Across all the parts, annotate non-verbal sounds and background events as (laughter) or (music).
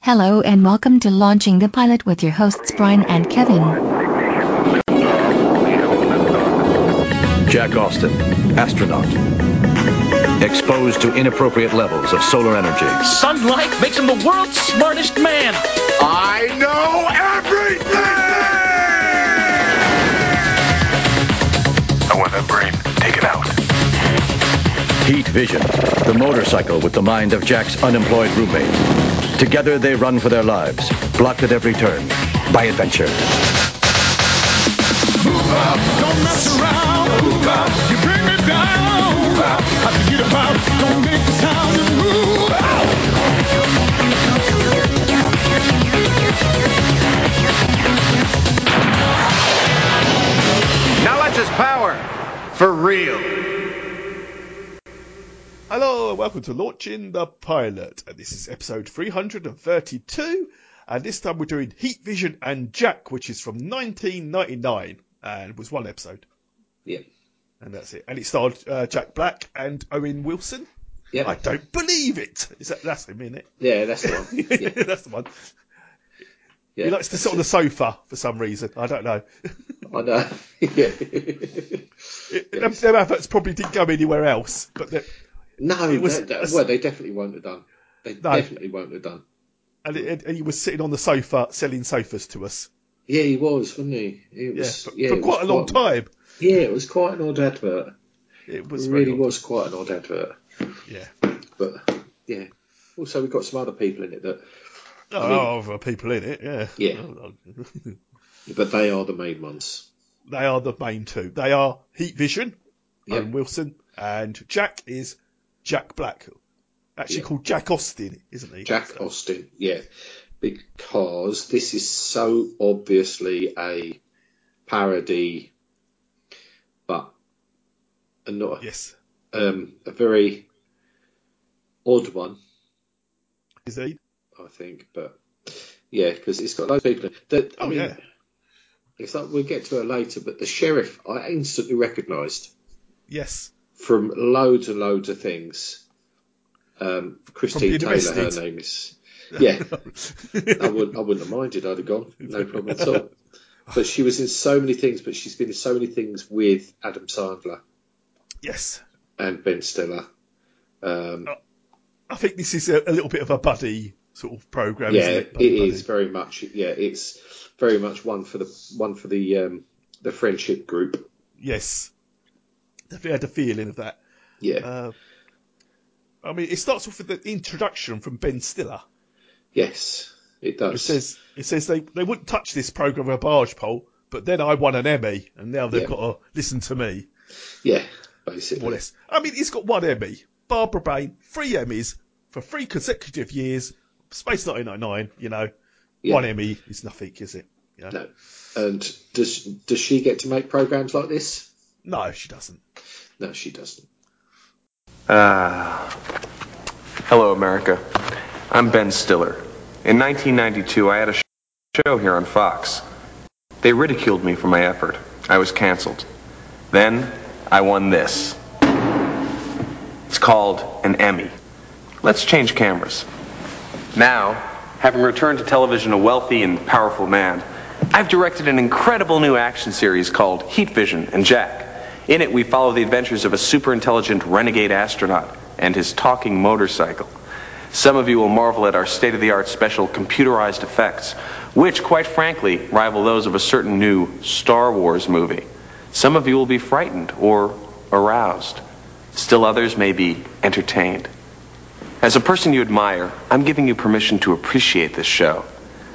Hello and welcome to Launching the Pilot with your hosts Brian and Kevin. Jack Austin, astronaut. Exposed to inappropriate levels of solar energy. Sunlight makes him the world's smartest man. I know everything! I want that brain taken out. Heat vision. The motorcycle with the mind of Jack's unemployed roommate. Together they run for their lives, blocked at every turn by adventure. Don't mess around, move out. You bring me down, move out. I can get about, don't make a sound and move out. Now that's his power. For real. Hello and welcome to Launching the Pilot. And this is episode 332. And this time we're doing Heat Vision and Jack, which is from 1999 and was one episode. Yeah. And that's it. And it starred uh, Jack Black and Owen Wilson. Yeah. I don't believe it. Is that that's him, isn't it? Yeah, that's the one. (laughs) Yeah, that's the one. yeah. He likes to sit on the sofa for some reason. I don't know. I (laughs) know. yeah. It, them, them adverts probably didn't go anywhere else, but they- No, was- that- that- well, they definitely won't have done. They definitely won't have done. and, it, and he was sitting on the sofa selling sofas to us. Yeah, he was, wasn't he? It Yeah, was, for, yeah, for it was quite a long time. Yeah, it was quite an odd advert. It It was very really odd. was quite an odd advert. Yeah. But, yeah. Also, we've got some other people in it that, Oh, mean- other people in it. Yeah. Yeah. Yeah. but they are the main ones. (laughs) they are the main two. They are Heat Vision, Yeah. Owen Wilson, and Jack is Jack Black, actually Yeah. called Jack Austin, isn't he? Jack Austin, yeah, because this is so obviously a parody, but a not Yes. um, a very odd one, Is he? I think. But yeah, because it's got loads of people. That, I Oh, mean, yeah. it's like we'll get to it later. But the sheriff, I instantly recognised Yes. (laughs) from loads and loads of things. Um, Christine being Taylor, arrested. her name is. Yeah. I wouldn't, I wouldn't have minded. I'd have gone, no problem at (laughs) all. But she was in so many things. But she's been in so many things with Adam Sandler yes. and Ben Stiller. Um, I think this is a, a little bit of a buddy sort of program, yeah, isn't it? it Buddy, buddy. is very much. Yeah, it's very much one for the one for the um, the friendship group. Yes. Definitely had a feeling of that. Yeah, Uh, I mean, it starts off with an introduction from Ben Stiller. yes, it It does. says it says they, they wouldn't touch this program with a barge pole, but then I won an Emmy, and now they've Yeah. got to listen to me. yeah, More or basically. less. I mean, he's got one Emmy. Barbara Bain, three Emmys for three consecutive years. Space 1999, you know, Yeah. one Emmy is nothing, is it? You know? No. And does does she get to make programs like this? No, she doesn't. No, she doesn't. Ah. Hello, America. I'm Ben Stiller. In 1992, I had a sh- show here on Fox. They ridiculed me for my effort. I was canceled. Then, I won this. It's called an Emmy. Let's change cameras. Now, having returned to television a wealthy and powerful man, I've directed an incredible new action series called Heat Vision and Jack. In it, we follow the adventures of a super intelligent renegade astronaut and his talking motorcycle. Some of you will marvel at our state of the art special computerized effects, which, quite frankly, rival those of a certain new Star Wars movie. Some of you will be frightened or aroused. Still others may be entertained. As a person you admire, I'm giving you permission to appreciate this show.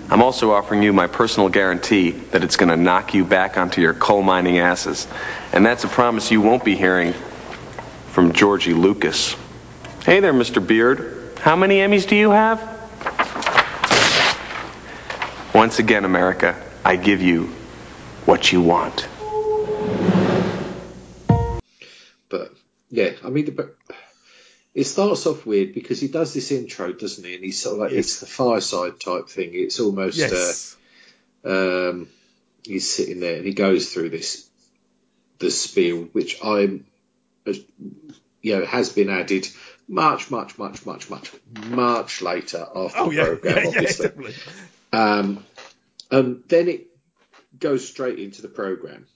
I'm also offering you my personal guarantee that it's going to knock you back onto your coal mining asses. And that's a promise you won't be hearing from Georgie Lucas. Hey there, Mr. Beard. How many Emmys do you have? Once again, America, I give you what you want. But yeah, I mean, but it starts off weird because he does this intro, doesn't he? And he's sort of like Yes. it's the fireside type thing. It's almost Yes. uh, um, he's sitting there and he goes through this this spiel, which I'm you know uh, has been added much, much, much, much, much, much later after Oh the yeah, program, yeah, yeah, obviously. definitely. um, and then it goes straight into the program.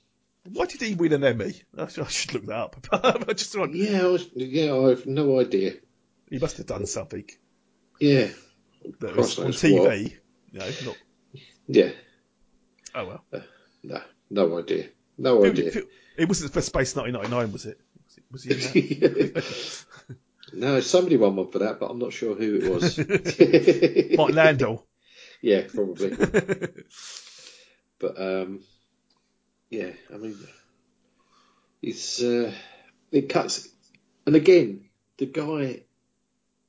Why did he win an Emmy? I should I should look that up. (laughs) I just thought Yeah, I was, yeah, I have no idea. he must have done something Yeah, that Christ was on knows TV. No, not. yeah, Oh well. no, no idea, no Who- idea. who- It wasn't for Space 1999, was it? Was it- Was he in that? (laughs) (laughs) no, somebody won one for that, but I'm not sure who (laughs) it was. (laughs) Mark Landau. Yeah, probably. but um, yeah, I mean, it's uh, it cuts, and again, the guy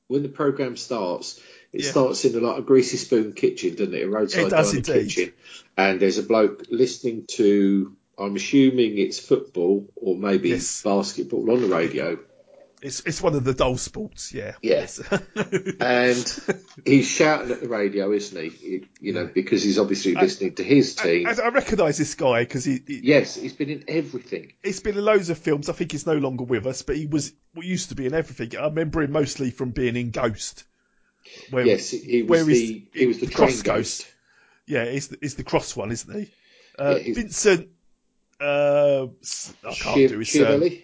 when the program starts, it Yeah. starts in a like a greasy spoon kitchen, doesn't it? A roadside It does dining indeed. kitchen, and there's a bloke listening to. I'm assuming it's football or maybe Yes. basketball on the radio, It's it's one of the dull sports. (laughs) Yeah. Yes. and (laughs) he's shouting at the radio, isn't he? You- You know, because he's obviously listening to his team. And I recognise this guy because he, he Yes, he's been in everything. it's been in loads of films. I think he's no longer with us, but he was he used to be in everything. I remember him mostly from being in Ghost. Where, Yes, he was Um, where he's- the he was the train cross ghost. Yeah, he's the, he's the cross one, isn't he? Uh, Yeah, he's- Vincent. Uh, s- I can't Chiv- do his uh, surname. Chivelli?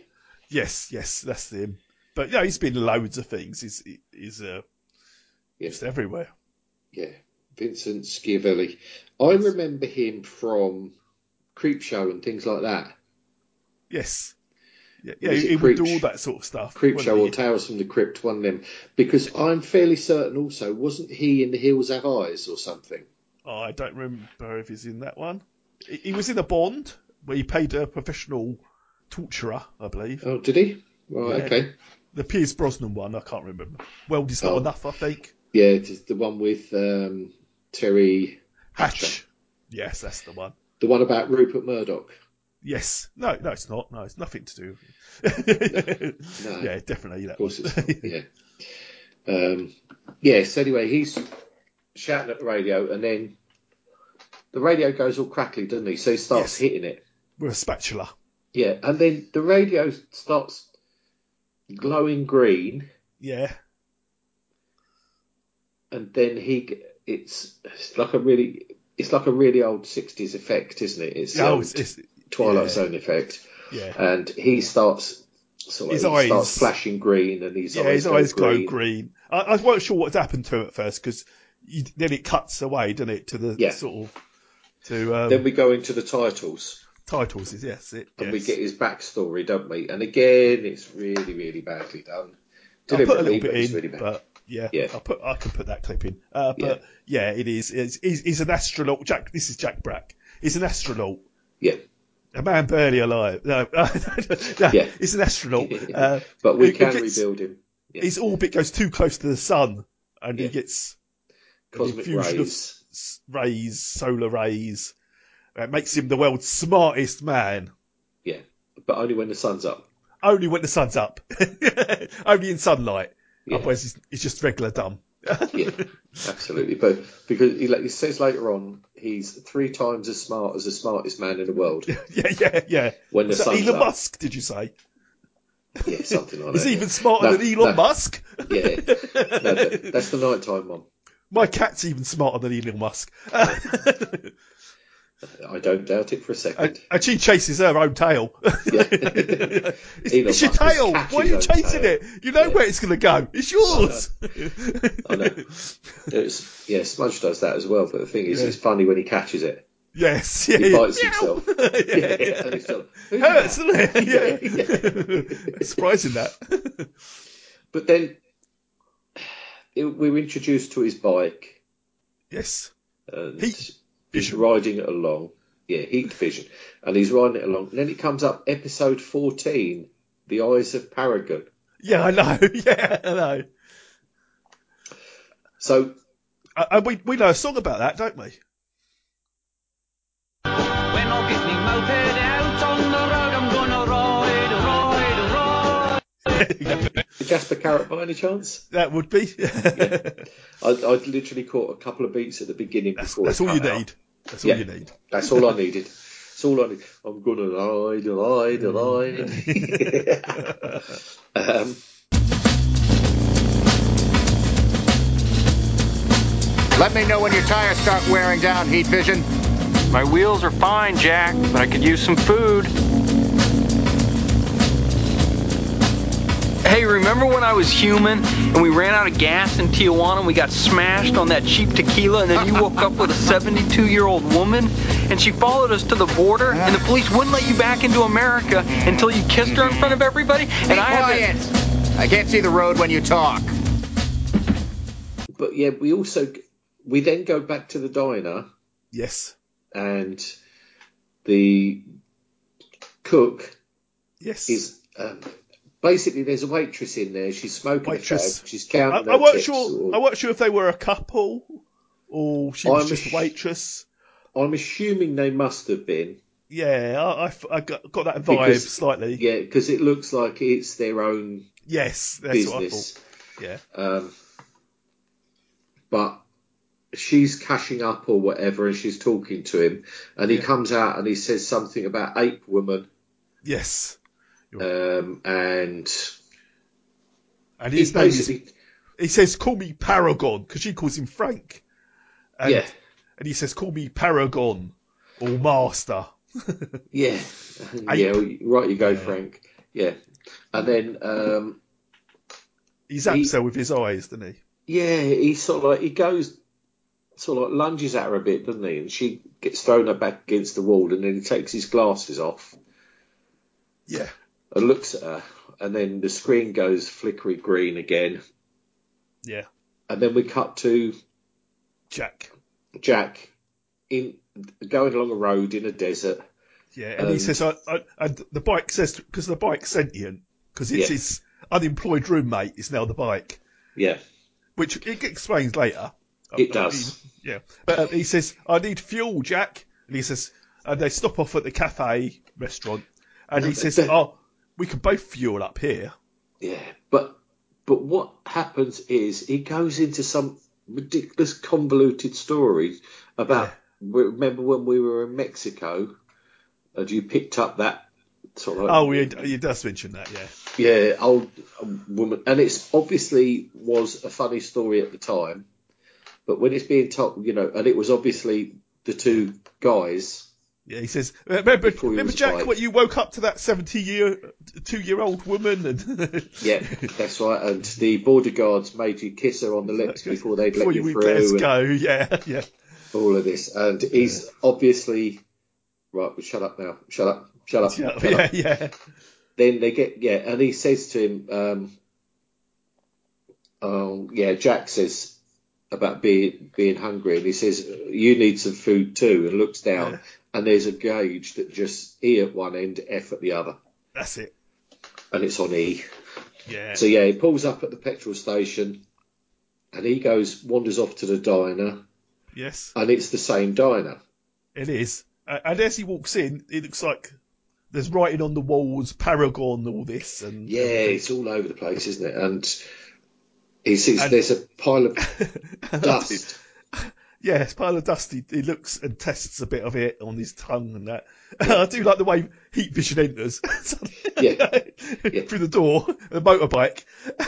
Yes, yes, that's him. But yeah, he's been in loads of things. He's he- he's uh, Yeah. just everywhere. Yeah, Vincent Schiavelli. I remember him from Creep Show and things like that. Yes. Yeah, yeah Is he, it he would do Creeps- all that sort of stuff. Creep wouldn't Show or he? Tales from the Crypt, one of them. Because I'm fairly certain also, wasn't he in The Hills Have Eyes or something? Oh, I don't remember if he's in that one. He, he was in a Bond where he played a professional torturer, I believe. Oh, did he? Right, Yeah. okay. The Piers Brosnan one, I can't remember. Weld is not Oh. enough, I think. Yeah, it is the one with um, Terry, Hatch. Yes, that's the one. the one about Rupert Murdoch. Yes. No, no, it's not. No, it's nothing to do. with No. (laughs) Yeah, definitely that. Of course, one. it's not, (laughs) yeah. Um, yes. Anyway, he's shouting at the radio, and then the radio goes all crackly, doesn't he? So he starts Yes. hitting it. with a spatula. Yeah, and then the radio starts glowing green, Yeah. and then he g- it's it's like a really it's like a really old sixties effect, isn't it? It's the Oh, old it's, it's Twilight yeah. Zone effect, yeah. and he starts. Sort of, His he eyes- starts flashing green, and his Yeah, his eyes go eyes glow green. green. I, I wasn't sure what's happened to him at first because then it cuts away, doesn't it, to the Yeah. sort of to um, Then we go into the titles. titles. Is yes, it, and we yes. get his backstory, don't we? And again, it's really, really badly done. I put a Deliberately, little bit but it's in, really bad. but yeah, Yeah. I put I can put that clip in. Uh, but yeah. it is. It's, he's, he's an astronaut. Jack, this is Jack Brack. He's an astronaut. yeah, A man barely alive. No, (laughs) no, (laughs) Yeah. he's an astronaut. Uh, but we who- who can gets- rebuild him. Yeah. His orbit goes too close to the sun, and Yeah. he gets Cosmic infusion of rays. s- rays, solar rays. That makes him the world's smartest man. Yeah, but only when the sun's up. Only when the sun's up. (laughs) Only in sunlight. Yeah. Otherwise, he's, he's just regular dumb. (laughs) Yeah, absolutely. But because he, like, he says later on, he's three times as smart as the smartest man in the world. (laughs) Yeah, yeah, yeah. When the Was that sun's Elon up. Musk, did you say? Yeah, something like He's that. even smarter No, than Elon no. Musk. (laughs) Yeah, yeah. No, that- that's the nighttime one. My cat's even smarter than Elon Musk. (laughs) I don't doubt it for a second. and, and she chases her own tail. (laughs) it's, Elon it's your Musk is tail. catching Why are you his own chasing tail. it? You know Yeah. where it's going to go. It's yours. (laughs) I know. It's, yeah, Smudge does that as well. But the thing is, Yeah. it's funny when he catches it. yes. Yeah, He yeah. bites himself. (laughs) (laughs) yeah, yeah. And he's still, "Who's hurts, that?" doesn't (laughs) it? Yeah. (laughs) It's Surprising that. (laughs) But then it, we were introduced to his bike yes. and Heat he's vision. riding it along. Yeah, heat vision. And he's riding it along. And then it comes up episode 14, The Eyes of Paragon. Yeah, I know. (laughs) Yeah, I know. So, Uh, And we, we know a song about that, don't we? When I get me moped out on the road, I'm gonna ride, ride, ride. Jasper Carrot by any chance? (laughs) That would be. (laughs) I, I literally caught a couple of beats at the beginning that's before that's it all you cut out. need. That's all Yeah. you need. That's all I needed. That's all I need. I'm gonna ride, Mm. (laughs) ride, ride. um, Let me know when your tires start wearing down, Heat Vision. My wheels are fine, Jack, but I could use some food. Hey, remember when I was human and we ran out of gas in Tijuana and we got smashed on that cheap tequila and then you woke up with a 72 year old woman and she followed us to the border and the police wouldn't let you back into America until you kissed her in front of everybody? And Be I had to- quiet! I can't see the road when you talk. But yeah, we also we then go back to the diner Yes. and the cook Yes. is um, basically there's a waitress in there. She's smoking Waitress. a fag. She's I, counting. I her wasn't tips sure. or- I wasn't sure if they were a couple or she was I'm just a ass- waitress. I'm assuming they must have been. Yeah, I, I f- I got, got that vibe Because- slightly. Yeah, because it looks like it's their own Yes, that's business. what I thought. Um, but she's cashing up or whatever, and she's talking to him, and he Yeah. comes out and he says something about ape woman, Yeah. Yes. Mm. um, and And he his name is. basically, He says, "Call me Paragon," because she calls him Frank. And, yeah, And he says, "Call me Paragon or Master." yeah, yeah, right, you go, Frank, yeah, and then um, He zaps He- her with his eyes, doesn't he? yeah, he sort of like he goes. Sort of like lunges at her a bit, doesn't he? And she gets thrown her back against the wall, and then he takes his glasses off, Yeah. and looks at her, and then the screen goes flickery green again, Yeah. and then we cut to Jack. Jack in going along a road in a desert. Yeah. And he Um, says, I, I, "And the bike says because the bike's sentient because it's Yeah. his unemployed roommate is now the bike, Yeah, which it explains later." it does. Yeah. But um, he says, I need fuel, Jack. And he says, and they stop off at the cafe restaurant. And he says, Oh, we can both fuel up here. Yeah, but but what happens is he goes into some ridiculous convoluted story about. Remember when we were in Mexico, and you picked up that sort of Oh, he, he does mention that, yeah. yeah old um, woman, and it's obviously was a funny story at the time, but when it's being told, you know, and it was obviously the two guys. Yeah, he says, Remember, Before he remember was Jack, white. what you woke up to that 70 year, two year old woman? And (laughs) Yeah, that's right. And the border guards made you kiss her on the lips before they'd let Before you you would let us through. And go, yeah, yeah. all of this, and he's obviously right. Well, shut up now. Shut up. Shut up. Shut (laughs) up. Yeah, yeah. (laughs) Then they get yeah, and he says to him, um, "Oh yeah." Jack says about being being hungry, and he says, "You need some food too." And looks down, and there's a gauge that just E at one end, F at the other, That's it. and it's on E. Yeah. So yeah, he pulls up at the petrol station, and he goes wanders off to the diner, yes, and it's the same diner. it is. Uh, and as he walks in, it looks like there's writing on the walls, Paragon, all this. and (laughs) Yeah, it's all over the place, isn't it? And he sees And- there's a (laughs) pile of dust. Yeah, it's pile of dust. He, he looks and tests a bit of it on his tongue and that. (laughs) I do like the way heat vision enters (laughs) Yeah. Yeah. through the door, the motorbike.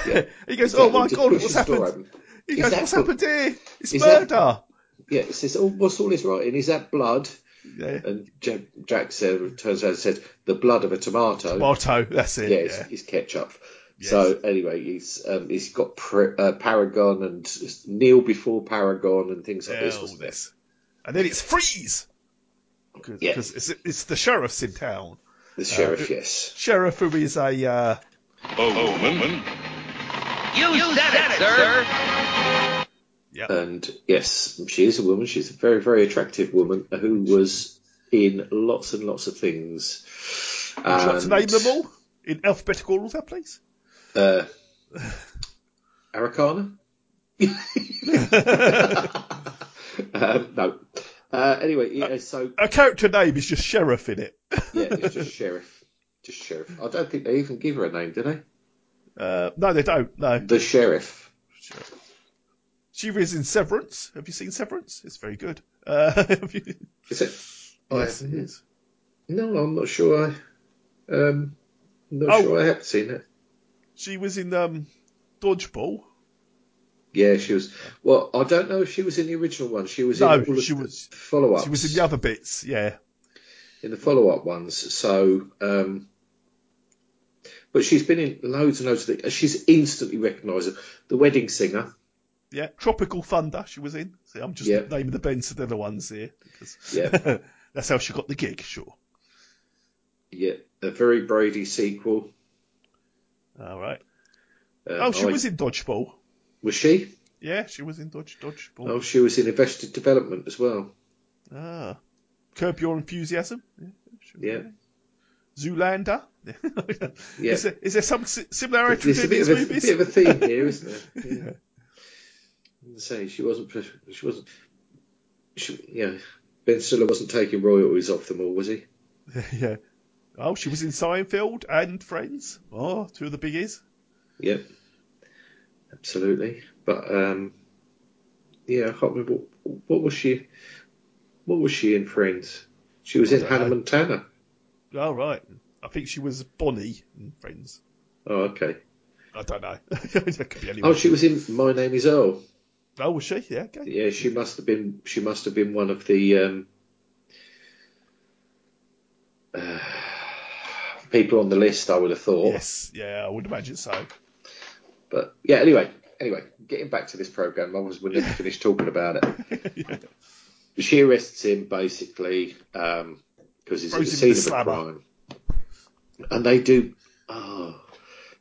Yeah. (laughs) he goes, Exactly, "Oh my just god, pushes what's the door happened?" open. He Is goes, that "What's the- happened here? It's is that- murder." Yeah, it says, "Oh, what's all this writing? Is that blood?" Yeah. And Jack, Jack said, turns around and says, "The blood of a tomato." Barto, that's it. yeah, Yeah, it's, it's ketchup. So anyway, he's um, he's got pr- uh, Paragon and Neil before Paragon and things like Yeah, this. all wasn't it? this. And then it's freeze because Yeah. it's, it's the sheriff's in town. The sheriff, yes. Sheriff who is a uh, You said it, sir. And yes, she is a woman. She's a very, very attractive woman who was in lots and lots of things. would you like to And, name them all in alphabetical order, please. Uh, Arakana? um, no. Uh, anyway, yeah, so A character name is just sheriff in it. yeah, (laughs) it's just sheriff. Just sheriff. I don't think they even give her a name, do they? Uh, no, they don't. No, The sheriff. she is in Severance. Have you seen Severance? It's very good. Uh, (laughs) have you... Is Oh, it? Yes, it is. No, I'm not sure. I, um, not Oh. sure I have seen it. She was in um, Dodgeball. Yeah, she was. Well, I don't know if she was in the original one. She was No, in all of she the was- follow-ups. She was in the other bits, yeah. in the follow-up ones. So, um, but she's been in loads and loads of things. She's instantly recognisable. The Wedding Singer. Yeah, Tropical Thunder she was in. See, I'm just Yeah. naming the Ben Sedella ones here. Because Yeah. (laughs) that's how she got the gig, sure. Yeah, a very Brady sequel. All right. Uh, Oh, she I- was in Dodgeball. Was she? Yeah, she was in Dodge Dodgeball. Oh, she was in Invested Development as well. Ah. Curb Your Enthusiasm. Yeah, she was Yeah. in that. Zoolander. Yeah. Is, there, is there some si- similarity There's a between bit these of a, movies? bit of a theme here, isn't there? yeah. say she wasn't. She wasn't. She, yeah, Ben Stiller wasn't taking royalties off them all, was he? (laughs) yeah. Oh, she was in Seinfeld and Friends. Oh, two of the biggies. Yep, absolutely. But um, yeah, I can't remember what, what was she. What was she in Friends? She was in don't Hannah know. Montana. All right. I think she was Bonnie in Friends. Oh, okay. I don't know. (laughs) that could be anyone. Oh, she was in My Name Is Earl. Oh, was she? Yeah, okay. Yeah, she must have been. She must have been one of the um, (sighs) uh, people on the list. I would have thought. Yes, yeah, I would imagine so. (laughs) But yeah, anyway, anyway, getting back to this program, I was we never finished talking about it. yeah. She arrests him basically because he's at the Throws him scene in of a the slammer. crime, and they do. Oh,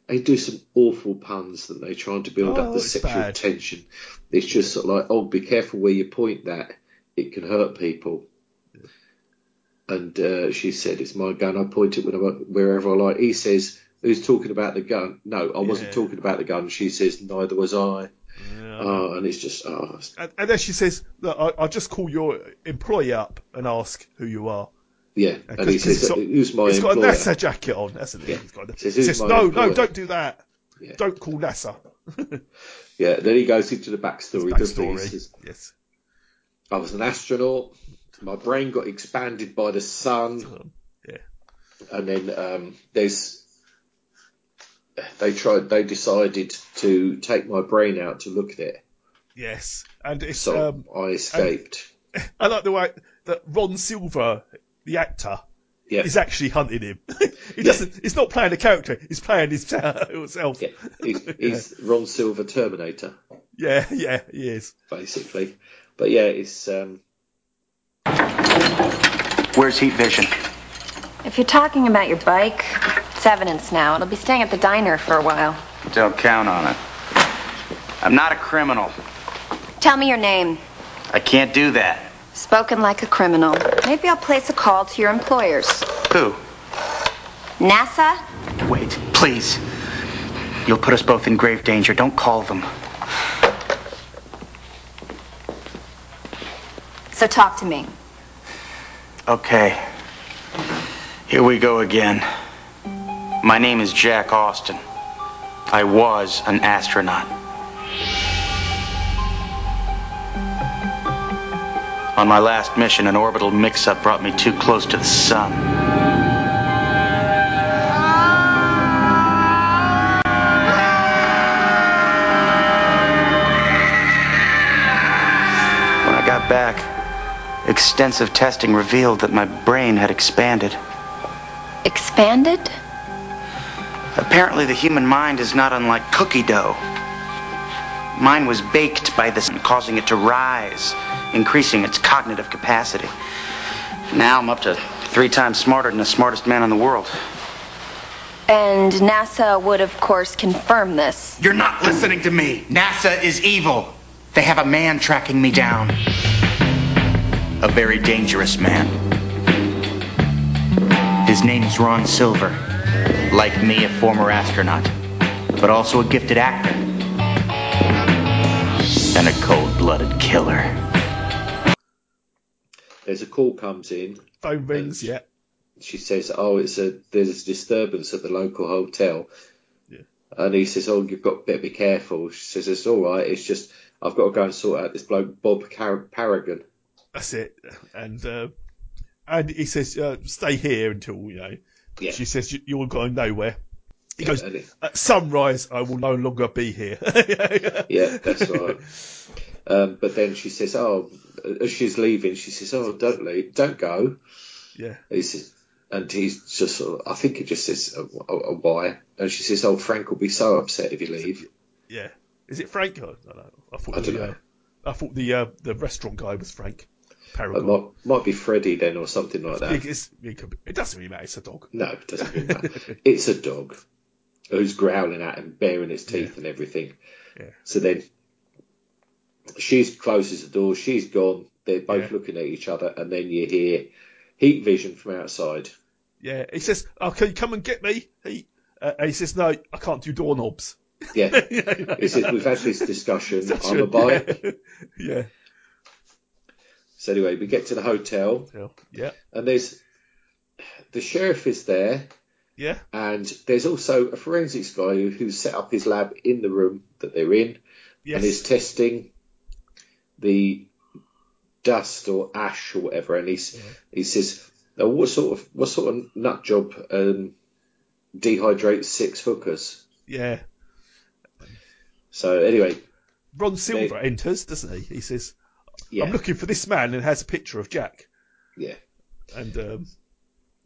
they do some awful puns that they trying to build up Oh, the it's sexual bad. tension. It's just sort of like, oh, be careful where you point that; it can hurt people. And uh, she said, "It's my gun. I point it whenever, wherever I like." He says, "Who's talking about the gun?" No, I wasn't Yeah. talking about the gun. She says, "Neither was I." Yeah. Oh, and it's just oh, it's- And, and then she says, Look, I, I'll just call your employee up and ask who you are. yeah. cause- And he 'cause says, it's got- "Who's my He's got a employer?" NASA jacket on. That's the thing. He's got a, Says, he "Who's says, my no, no, employer?" don't do that. Yeah. Don't call NASA. Yeah. Then he goes into the backstory. doesn't he? He Backstory. says, Yes. "I was an astronaut. My brain got expanded by the sun." Yeah. And then um, there's they tried. They decided to take my brain out to look at it, Yes. And it's so um, I escaped. I like the way that Ron Silver, the actor, yeah. is actually hunting him. (laughs) he doesn't. He's not playing a character. He's playing his- (laughs) himself. yeah. (laughs) He's, he's Ron Silver Terminator, yeah, yeah, he is. basically. But yeah, it's um, Where's heat vision? If you're talking about your bike, it's evidence now. It'll be staying at the diner for a while. Don't count on it. I'm not a criminal. Tell me your name. I can't do that. Spoken like a criminal. Maybe I'll place a call to your employers. Who? NASA? Wait, please. You'll put us both in grave danger. Don't call them. So talk to me. Okay. Here we go again. My name is Jack Austin. I was an astronaut. On my last mission, an orbital mix up brought me too close to the sun. When I got back, extensive testing revealed that my brain had expanded. Expanded? Apparently, the human mind is not unlike cookie dough. Mine was baked by the sun, causing it to rise, increasing its cognitive capacity. Now I'm up to three times smarter than the smartest man in the world. And NASA would, of course, confirm this. You're not listening to me. NASA is evil. They have a man tracking me down. A very dangerous man. His name is Ron Silver. Like me, a former astronaut, but also a gifted actor and a cold blooded killer. there's a call comes in, Phone rings. Yeah. she says, "Oh, it's a there's a disturbance at the local hotel," Yeah. and he says, "Oh, you've got better be careful." She says, "It's all right. It's just I've got to go and sort out this bloke Bob Car- Paragon." That's it. And uh, and he says, uh, "Stay here until you know." Yeah. She says, "You- "You're going nowhere." He goes, at sunrise, I will no longer be here. (laughs) yeah, that's right. Um, but then she says, "Oh," as she's leaving, she says, "Oh, don't leave, don't go." Yeah. He says, and he's just sort of, I think it just says a, a, a why, and she says, "Oh, Frank will be so upset if you leave." Yeah. Is it Frank? Oh, I don't know. I thought I the, don't know. Uh, I thought the uh, the restaurant guy was Frank. It Paragon. might, might be Freddy then, or something like that. It, it's- it could be- it doesn't really matter. It's a dog. No, it doesn't really matter. it's a dog who's growling at him, baring its teeth and everything. Yeah. So then she closes the door, she's gone, they're both Yeah. looking at each other, and then you hear heat vision from outside. Yeah. He says, "Oh, can you come and get me?" He uh, he says, "No, I can't do doorknobs." (laughs) Yeah. yeah, He says, We've had this (laughs) discussion, That's I'm a right, buyer. (laughs) yeah. So anyway, we get to the hotel, Yeah. Yeah. and there's the sheriff is there, Yeah. and there's also a forensics guy who, who set up his lab in the room that they're in. and Yes. he's testing the dust or ash or whatever, and he's Mm-hmm. he says, now "What sort of what sort of nut job um, dehydrates six hookers?" Yeah. So anyway, Ron Silver enters, doesn't he? He says, yeah, "I'm looking for this man," and has a picture of Jack. yeah. And um,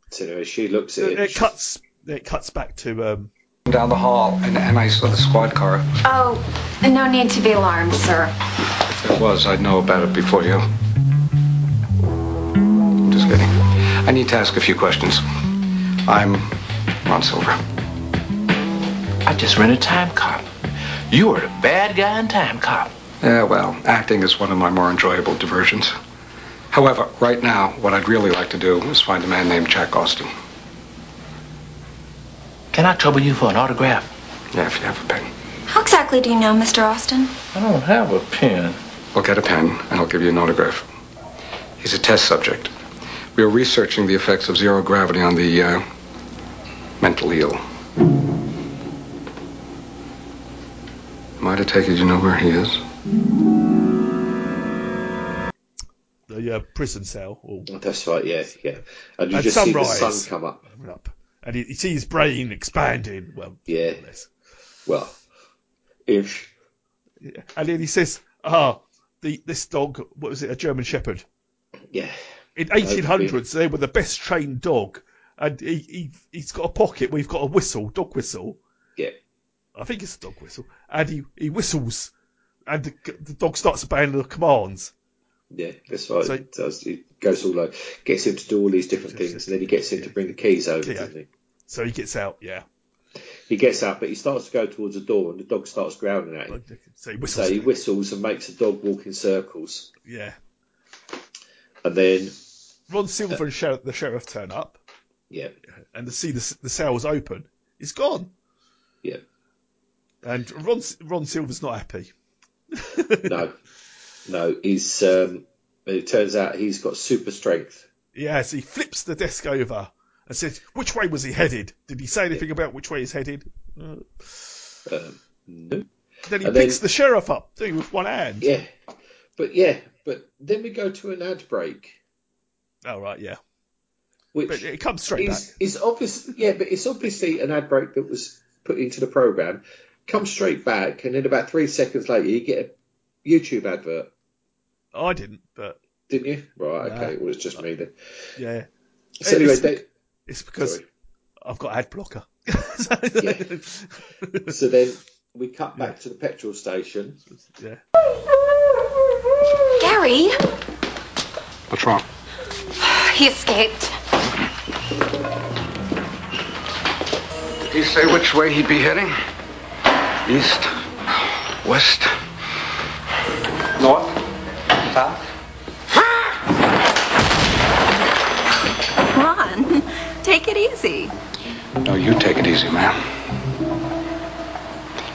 So anyway, she looks at it, it. and she- cuts. It cuts back to um, down the hall, and, and I saw the squad car. Oh, no need to be alarmed, sir. If it was, I'd know about it before you. Just kidding. I need to ask a few questions. I'm Ron Silver. I just ran a time cop. You were a bad guy in time cop. Yeah, well, acting is one of my more enjoyable diversions. However, right now, what I'd really like to do is find a man named Jack Austin. Can I trouble you for an autograph? Yeah, if you have a pen. How exactly do you know Mr. Austin? I don't have a pen. I'll get a pen, and I'll give you an autograph. He's a test subject. We are researching the effects of zero gravity on the uh, mentally ill. Am I to take it you know where he is? the uh, prison cell. Or That's right, yeah, yeah. And you And just see the sunrise. sun come up. coming up, and he, he sees his brain expanding. Well, Yeah. less. Well, if (laughs) and then he says, "Ah, the this dog. What was it? A German Shepherd." yeah, In 1800s, they were the best trained dog, and he, he he's got a pocket where he's got a whistle, dog whistle. yeah, I think it's a dog whistle, and he, he whistles, and the, the dog starts obeying the commands. yeah, that's right. So- it does. It goes all over. Gets him to do all these different things, and then he gets him to bring the keys over, Yeah. doesn't he? So he gets out, yeah. He gets up, but he starts to go towards the door, and the dog starts growling at him. So he So whistles, he whistles and makes the dog walk in circles, yeah. and then Ron Silver and sheriff, the sheriff turn up, yeah, and they see the the cell's open. It's gone, yeah, and Ron Ron Silver's not happy. no, (laughs) no, he's. Um, it turns out he's got super strength. Yes, he flips the desk over and says, "Which way was he headed? Did he say anything about which way he's headed?" Uh, Um, no. then he And picks then- the sheriff up, doing with one hand. Yeah, but yeah, but then we go to an ad break, Oh right, yeah. which But it comes straight back. is is obvious. Yeah, but it's obviously an ad break that was put into the program. Comes straight back, and then about three seconds later, you get a YouTube advert, I didn't, but didn't you? Right, okay. Nah. Well, it's just me then. yeah, So anyway, It's- they, it's because Sorry. I've got ad blocker. So then we cut back to the petrol station. (laughs) yeah. Gary, What's wrong? he escaped. Did he say which way he'd be heading? East? West? North? South? Ron, take it easy. No, you take it easy, ma'am.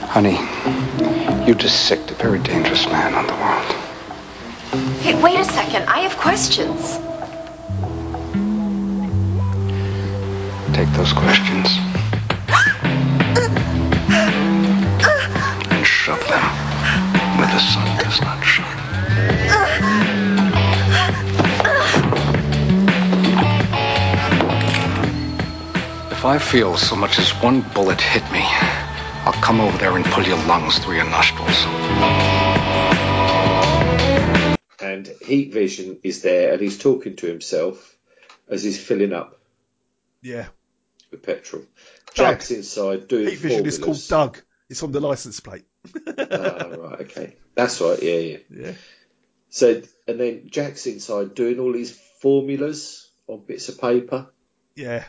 Honey, you just sicked a very dangerous man on the world. Hey, wait a second. I have questions. Take those questions and shove them where the sun does not shine. If I feel so much as one bullet hit me, I'll come over there and pull your lungs through your nostrils. And Heat Vision is there and he's talking to himself as he's filling up Yeah. with petrol. Jack's inside doing Heat Vision is called formulas. Doug. It's on the license (laughs) plate. Ah, right, okay. That's right, yeah, yeah. Yeah. So, and then Jack's inside doing all these formulas on bits of paper. Yeah.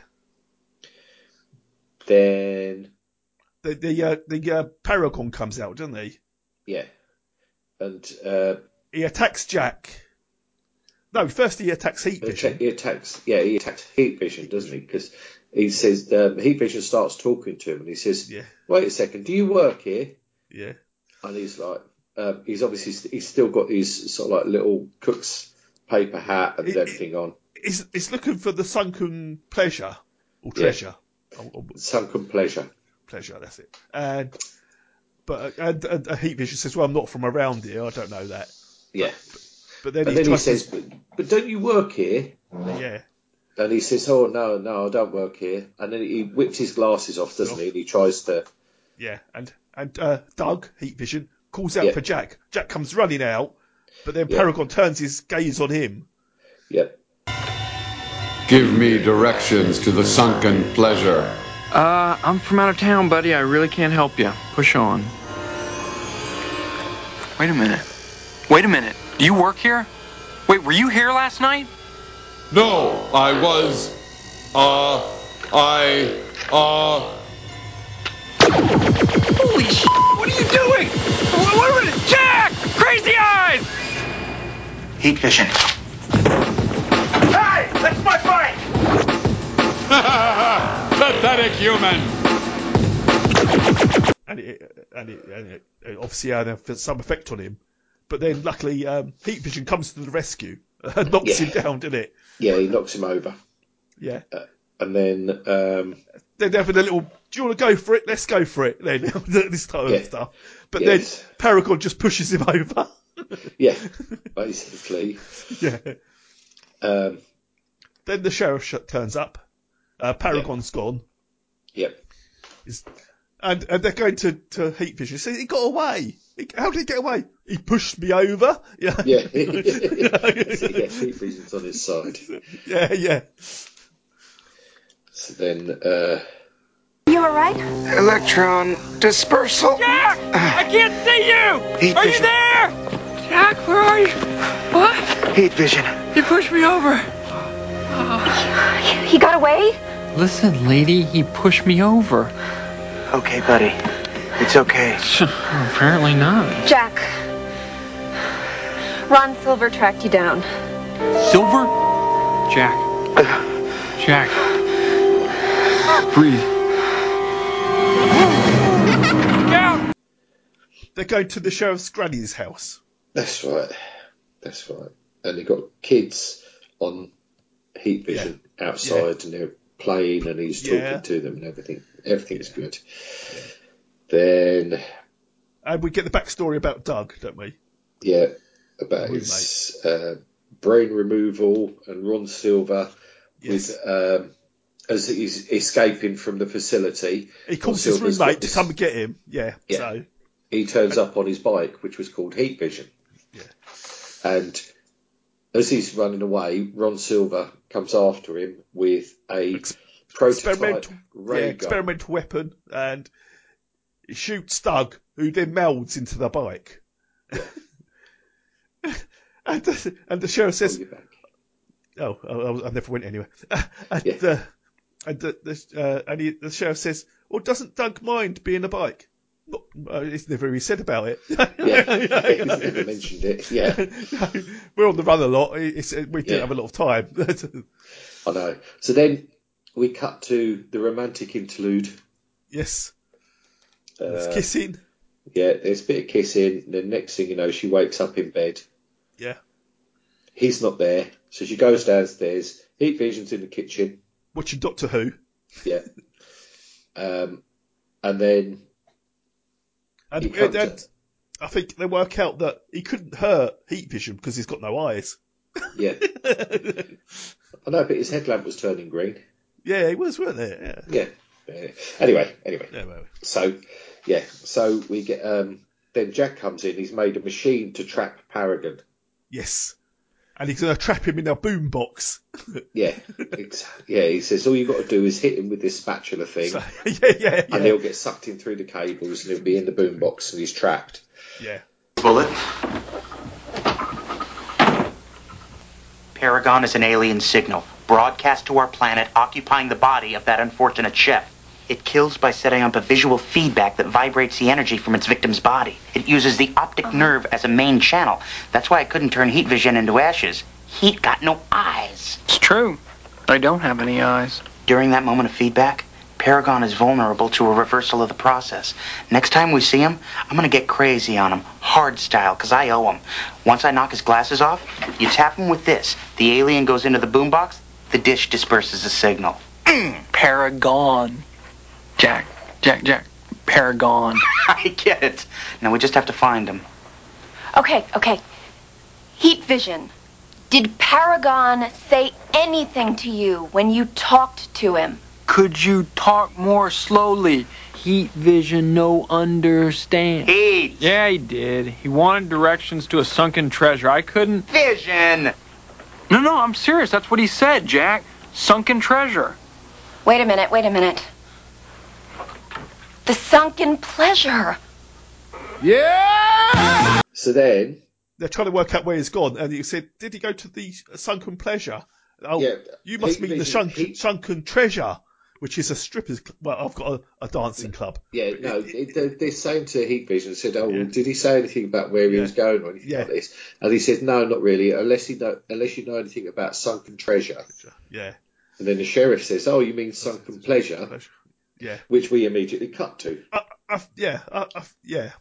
Then, The the uh, the uh, Paragon comes out, doesn't he? yeah. And uh, He attacks Jack. No, first he attacks Heat he, Vision. atta- he attacks, yeah, he attacks Heat Vision, doesn't he? Because he says, um, Heat Vision starts talking to him and he says, Yeah. wait a second, do you work here? Yeah. and he's like, um, he's obviously he's still got his sort of like little cook's paper hat and It- everything on, He's, he's looking for the sunken pleasure or Yeah. treasure. Or- or sunken pleasure. pleasure. That's it. And but uh, and, and, uh, Heat Vision says, "Well, I'm not from around here. I don't know that." Yeah, But then, and he, then he tries to- says, but, "But don't you work here?" "Yeah, And he says, "Oh no, no, I don't work here." And then he whips his glasses off, doesn't he? And he tries to, yeah." And and uh, Doug Heat Vision calls out Yeah. for Jack. Jack comes running out, but then Yeah. Paragon turns his gaze on him. yeah, Give me directions to the sunken pleasure. Uh, I'm from out of town, buddy. I really can't help you. Push on. Wait a minute. Wait a minute. Do you work here? Wait, were you here last night? No, I was. Uh, I. Uh. Holy sh! What are you doing? Wh- What are it? Jack! Crazy eyes! Heat vision. Hey, that's my bike! Pathetic human! and it and it, and it, it obviously had a- some effect on him. But then, luckily, um, Heat Vision comes to the rescue, and (laughs) knocks Yeah. Uh, him down, didn't it? yeah, he knocks him over, Yeah. and then um, Then they're having a little. Do you want to go for it? Let's go for it. Then (laughs) this type Yeah. of stuff. But Yes. then Paragon just pushes him (laughs) over. yeah, basically, yeah. um, Then the sheriff sh- turns up. Uh, Paragon's gone, yep, and, and they're going to to Heat Vision. So he got away. He, how did he get away? He pushed me over. (laughs) Yeah. yeah, (laughs) yeah, heat vision's on his side. yeah. Yeah. So then. Uh, You alright? Electron dispersal. Jack! I can't see you! Heat are you vision. there? Jack, where are you? What? Heat vision. You pushed me over. He got away? Listen, lady, he pushed me over. Okay, buddy. It's okay. Apparently not. Jack. Ron Silver tracked you down. Silver? Jack. Jack. Breathe. They're going to the sheriff's granny's house. That's right. That's right. And they've got kids on heat vision outside and they're playing and he's talking Yeah. to them and everything. Everything's good. Then, And we get the backstory about Doug, don't we? yeah, about Roommate. his uh, brain removal and Ron Silver Yes. with, um, as he's escaping from the facility, He calls Ron his Silver's got roommate to this- come and get him. Yeah. Yeah. So he turns up on his bike, which was called Heat Vision. Yeah. And as he's running away, Ron Silver comes after him with a Ex- prototype experimental, yeah, ray gun. experimental weapon, and he shoots Doug, who then melds into the bike. (laughs) and, the, and the sheriff Oh, says, you're back. "Oh, I, I was- I never went anywhere." (laughs) and Yeah. uh, and the, the, uh, and he, the sheriff says, "Well, doesn't Doug mind being a bike?" Not, uh, it's never really said about it. (laughs) Yeah, he's never mentioned it. Yeah, (laughs) We're on the run a lot. It's, we didn't Yeah. have a lot of time. (laughs) I know. So then we cut to the romantic interlude. yes, it's Uh, kissing. yeah, there's a bit of kissing. Then next thing you know, she wakes up in bed. Yeah. He's not there, so she goes downstairs. Heat Vision's in the kitchen. watching Doctor Who, Yeah. Um, and then and, He can't and do- I think they work out that he couldn't hurt Heat Vision because he's got no eyes. (laughs) yeah, I know, but his headlamp was turning green. Yeah, he was, weren't there? Yeah. yeah. Anyway, anyway. Yeah, well, So, yeah. So we get um, then Jack comes in. He's made a machine to trap Paragon. yes. And he's going to trap him in a boombox. (laughs) Yeah, ex- yeah. He says all you've got to do is hit him with this spatula (laughs) thing, yeah, yeah, yeah. and he'll get sucked in through the cables, and he'll be in the boombox, and he's trapped. Yeah. Bullet. Paragon is an alien signal broadcast to our planet occupying the body of that unfortunate chef. It kills by setting up a visual feedback that vibrates the energy from its victim's body. It uses the optic Uh-huh. nerve as a main channel. That's why I couldn't turn heat vision into ashes. Heat got no eyes. It's true. I don't have any eyes. During that moment of feedback, Paragon is vulnerable to a reversal of the process. Next time we see him, I'm gonna get crazy on him, hard style, 'cause I owe him. Once I knock his glasses off, you tap him with this. The alien goes into the boombox, the dish disperses the signal. Paragon. Jack, Jack, Jack. Paragon. I get it. Now we just have to find him. Okay, okay. Heat vision. Did Paragon say anything to you when you talked to him? Could you talk more slowly? Heat vision, no understand. Heat. Yeah, he did. He wanted directions to a sunken treasure. I couldn't. Vision! No, no, I'm serious. That's what he said, Jack. Sunken treasure. Wait a minute, wait a minute. The sunken pleasure. Yeah! So then, They're trying to work out where he's gone, and he said, "Did he go to the sunken pleasure?" Oh, Yeah, you must he- mean the he- sunken, he- sunken treasure, which is a strippers. Cl- well, I've got a, a dancing club. yeah, no, it, they- they're saying to Heat Vision, said, "Oh, well, did he say anything about where he was going or anything Yeah. like this?" And he said, "No, not really, unless he know, unless you know anything about sunken treasure." Yeah, And then the sheriff says, "Oh, you mean sunken pleasure?" Yeah. Which we immediately cut to. I, I, yeah, I, I, yeah,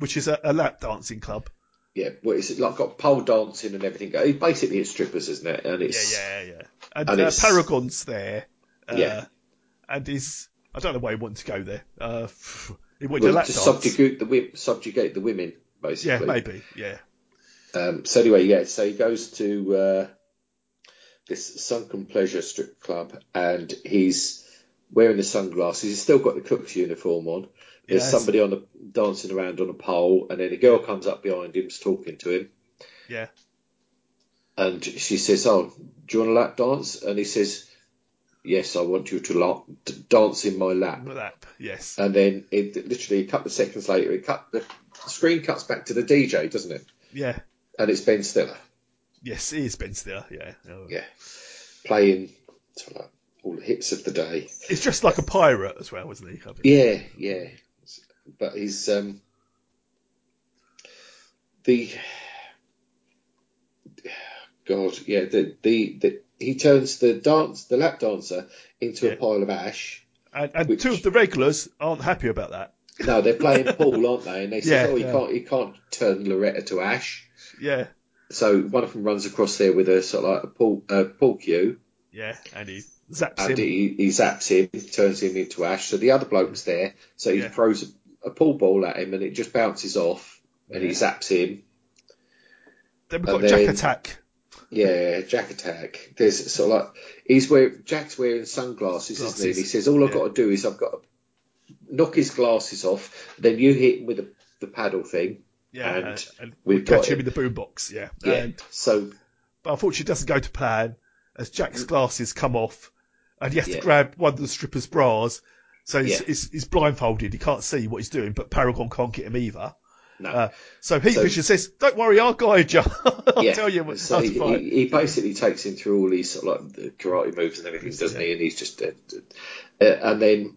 which is a, a lap dancing club. Yeah, well, it's like got pole dancing and everything. It- Basically, it's strippers, isn't it? And Yeah, it's yeah, yeah. And, and uh, it's- Paragon's there. Uh, Yeah. and is I don't know why he wanted to go there. Uh, (sighs) he wanted a well, lap to dance. subjugate the wi- subjugate the women, yeah, basically. maybe. Yeah, Um, so anyway, yeah, so he goes to uh, this sunken pleasure strip club, and he's wearing the sunglasses. He's still got the cook's uniform on. There's Yes. somebody on the dancing around on a pole, and then a girl comes up behind him, is talking to him, yeah. and she says, "Oh, do you want a lap dance?" And he says, "Yes, I want you to la- d- dance in my lap." Lap. Yes. And then it literally a couple of seconds later, it cut the screen cuts back to the DJ, doesn't it? Yeah. And it's Ben Stiller. Yes, he is Ben Stiller. Yeah. Oh. yeah, playing sort of like all the hits of the day. He's dressed like a pirate as well, isn't he? I think. Yeah, yeah, but he's um, the God, yeah, the, the the he turns the dance the lap dancer into a pile of ash. And, and two of the regulars aren't happy about that. No, (laughs) they're playing pool, aren't they? And they say, Yeah, "Oh, you yeah. can't you can't turn Loretta to ash." Yeah. So one of them runs across there with a sort of like a pool uh, pool cue. Yeah. And he zaps and him. he, he zaps him, turns him into ash. So the other bloke's there, so he Yeah. throws a, a pool ball at him, and it just bounces off, and he zaps him. Then we've got and Jack then- Attack. Yeah, Jack attack. There's sort of like he's wear Jack's wearing sunglasses, isn't he? And he says all I've Yeah. got to do is I've got to knock his glasses off, then you hit him with the, the paddle thing. Yeah. and And, and we've we catch got him in him. the boombox. Yeah. Yeah. And, so but unfortunately, it doesn't go to plan as Jack's glasses come off and he has Mm. Yeah. to grab one of the stripper's bras. So he's, Yeah. he's, he's blindfolded. He can't see what he's doing, but Paragon can't get him either. no. Uh, so Heat So- Vision says, Don't worry, I'll guide you. (laughs) I'll yeah. tell you what's so so he, he, he basically takes him through all these sort of like the karate moves and everything, doesn't he? And he's just uh, uh, and then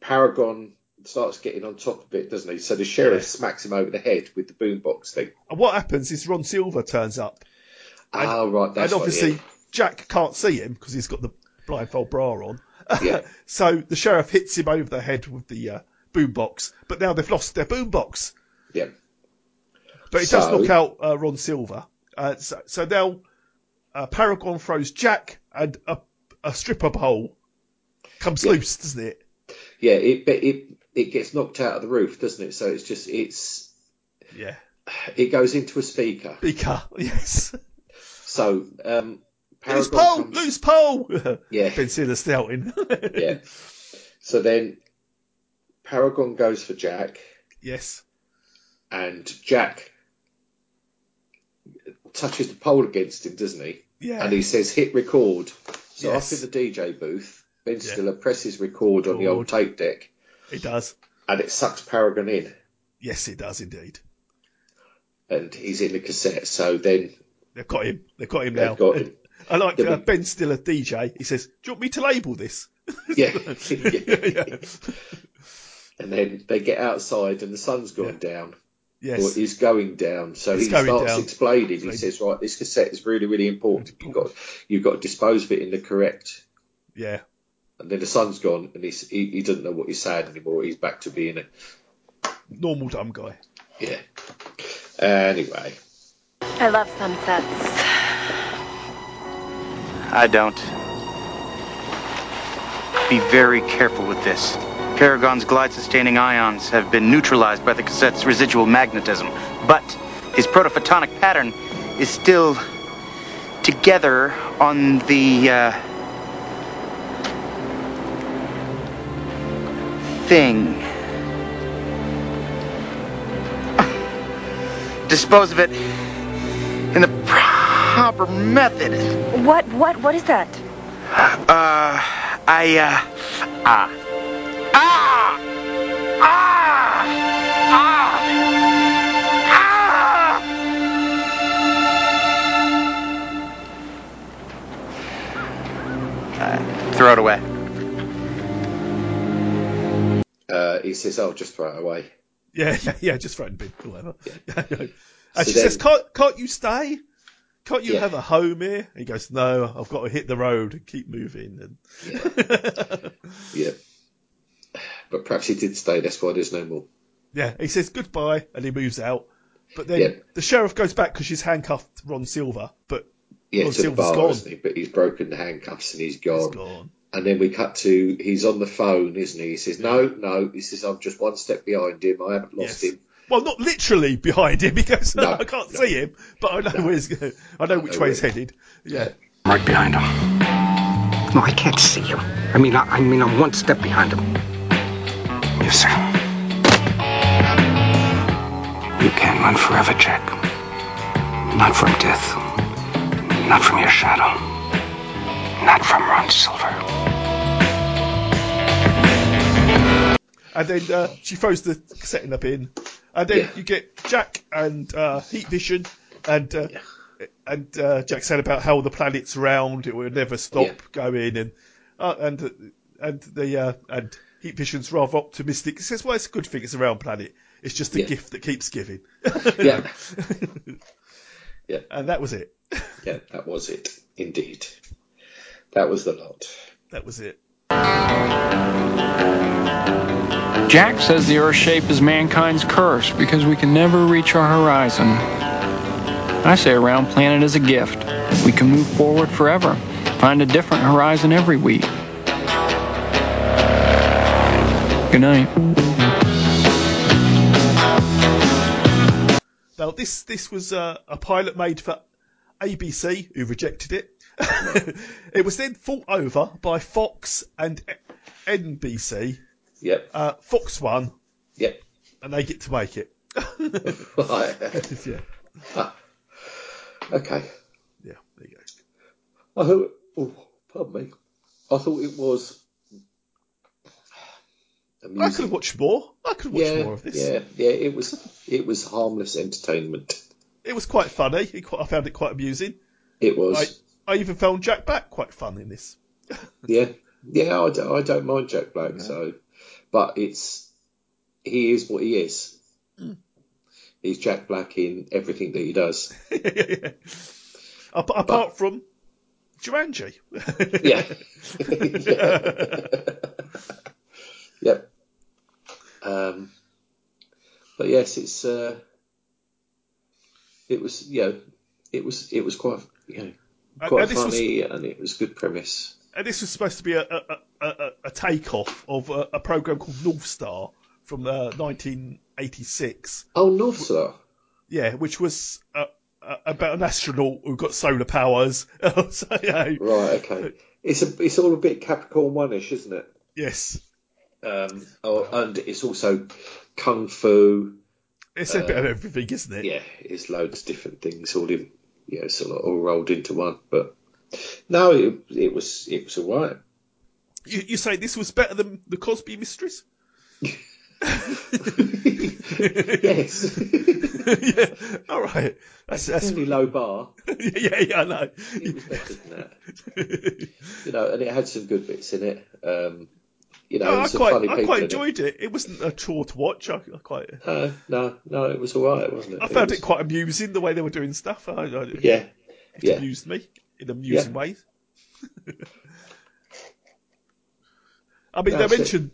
Paragon starts getting on top of it, doesn't he? So the sheriff smacks him over the head with the boombox thing. And what happens is Ron Silver turns up Ah, right, and that's right, obviously yeah. Jack can't see him because he's got the blindfold bra on. Yeah. (laughs) so the sheriff hits him over the head with the uh, boombox, but now they've lost their boombox. Yeah. But it So- does knock out uh, Ron Silver. Uh, so, so now uh, Paragon throws Jack and a, a stripper pole comes loose, doesn't it? Yeah, it but it it gets knocked out of the roof, doesn't it? So it's just it's Yeah. (laughs) it goes into a speaker. Beaker, yes. So um, Loose pole! Loose pole! (laughs) Yeah. Ben Stiller snouting. (laughs) yeah. So then Paragon goes for Jack, yes. and Jack touches the pole against him, doesn't he? Yeah. And he says, hit record. So Yes. after the DJ booth, Ben Yeah. Stiller presses record on the old tape deck It does. and it sucks Paragon in. Yes, it does indeed. And he's in the cassette. So then They've got him. They've got him They've now. got him. And I like Yeah, uh, but- Ben Stiller, DJ. He says, "Do you want me to label this?" (laughs) Yeah. (laughs) and then they get outside and the sun's gone down. Yes. Or is going down. So It's he going starts down. explaining. He says, Right, this cassette is really, really important. You've got you've got to dispose of it in the correct Yeah. and then the sun's gone and he's, he, he doesn't know what he's saying anymore. He's back to being a Normal dumb guy. yeah. Anyway. I love sunsets. I don't. Be very careful with this. Paragon's glide sustaining ions have been neutralized by the cassette's residual magnetism, but his protophotonic pattern is still together on the uh, thing. Dispose of it in the proper method. What? What? What is that? Uh, I, uh, ah. Ah! Ah! Ah! Ah! Throw it away. Uh, he says, "Oh, just throw it away." Yeah, (laughs) yeah, yeah. Just throw it in the bin or whatever. (laughs) and So she then- says, "Can't, can't you stay? Can't you Yeah. have a home here?" And he goes, "No, I've got to hit the road and keep moving." And Yeah. But perhaps he did stay. That's why there's no more. (laughs) yeah, he says goodbye and he moves out. But then Yeah. the sheriff goes back because she's handcuffed Ron Silver, but Yeah, Ron to the Silver's bar, gone. isn't he? But he's broken the handcuffs and he's gone. He's gone. And then we cut to he's on the phone, isn't he? He says, "No, no." He says, "I'm just one step behind him. I haven't lost him." Well, not literally behind him. He goes, (laughs) No, I can't see him, but I know where he's going. I know which way he's headed. Yeah. I'm right behind him. No, I can't see him. I mean, I, I mean, I'm one step behind him. Yes, sir. You can't run forever, Jack. Not from death. Not from your shadow. Not from Ron Silver. And then uh, she throws the cassette in the bin. And then you get Jack and uh, Heat Vision. And uh, and uh, Jack said about how the planet's round, it will never stop going. And uh, and and the uh, and Heat Vision's rather optimistic. He says, well, it's a good thing it's a round planet. It's just a Yeah. gift that keeps giving. Yeah. (laughs) yeah. And that was it. Yeah, that was it. Indeed, that was the lot. That was it. Jack says the Earth shape is mankind's curse because we can never reach our horizon. I say a round planet is a gift. We can move forward forever, find a different horizon every week. Good night. Now this this was uh, a pilot made for ABC, who rejected it. (laughs) it was then fought over by Fox and E- NBC. Yep. Uh, Fox won, Yep. (laughs) and they get to make it. Right. yeah. Okay. Yeah. There you go. I thought. Oh, pardon me. I thought it was. I could watch more. I could watch yeah, more of this. yeah, yeah. It was it was harmless entertainment. It was quite funny. It quite, I found it quite amusing. It was. I, I even found Jack Black quite fun in this. (laughs) Yeah, yeah. I, don't- I don't mind Jack Black. So, but it's he is what he is. Hmm. He's Jack Black in everything that he does. Ap- apart from (laughs) Jumanji. (laughs) Yeah. Yep. Um, but yes, it's uh, it was you know it was it was quite you know And- quite and Uh, this was- funny and it was good premise. and this was supposed to be a, a, a, a- a takeoff of a, a program called North Star from uh, 1986. Oh, North Star. Yeah, which was a, a, about an astronaut who got solar powers. (laughs) so, yeah. Right. Okay. It's a, it's all a bit Capricorn one-ish, isn't it? Yes. Um, oh, and it's also kung fu. It's a bit of everything, isn't it? Yeah, it's loads of different things all in, you know, sort of all rolled into one. But no, it, it was it was all right. You, you say this was better than the Cosby Mistress? (laughs) yes. (laughs) yeah. All right. That's, (laughs) That's that's really low bar. (laughs) yeah, yeah, I know. It was better than (laughs) that. you know, and it had some good bits in it. Um, you know, No, and I some quite, funny I people quite in enjoyed it. It wasn't a chore to watch. I, I quite, it. No, no, no, it was all right, wasn't it? I found was- it quite amusing the way they were doing stuff. I, I, Yeah, it yeah. amused me in amusing ways. (laughs) I mean, That's they it. mentioned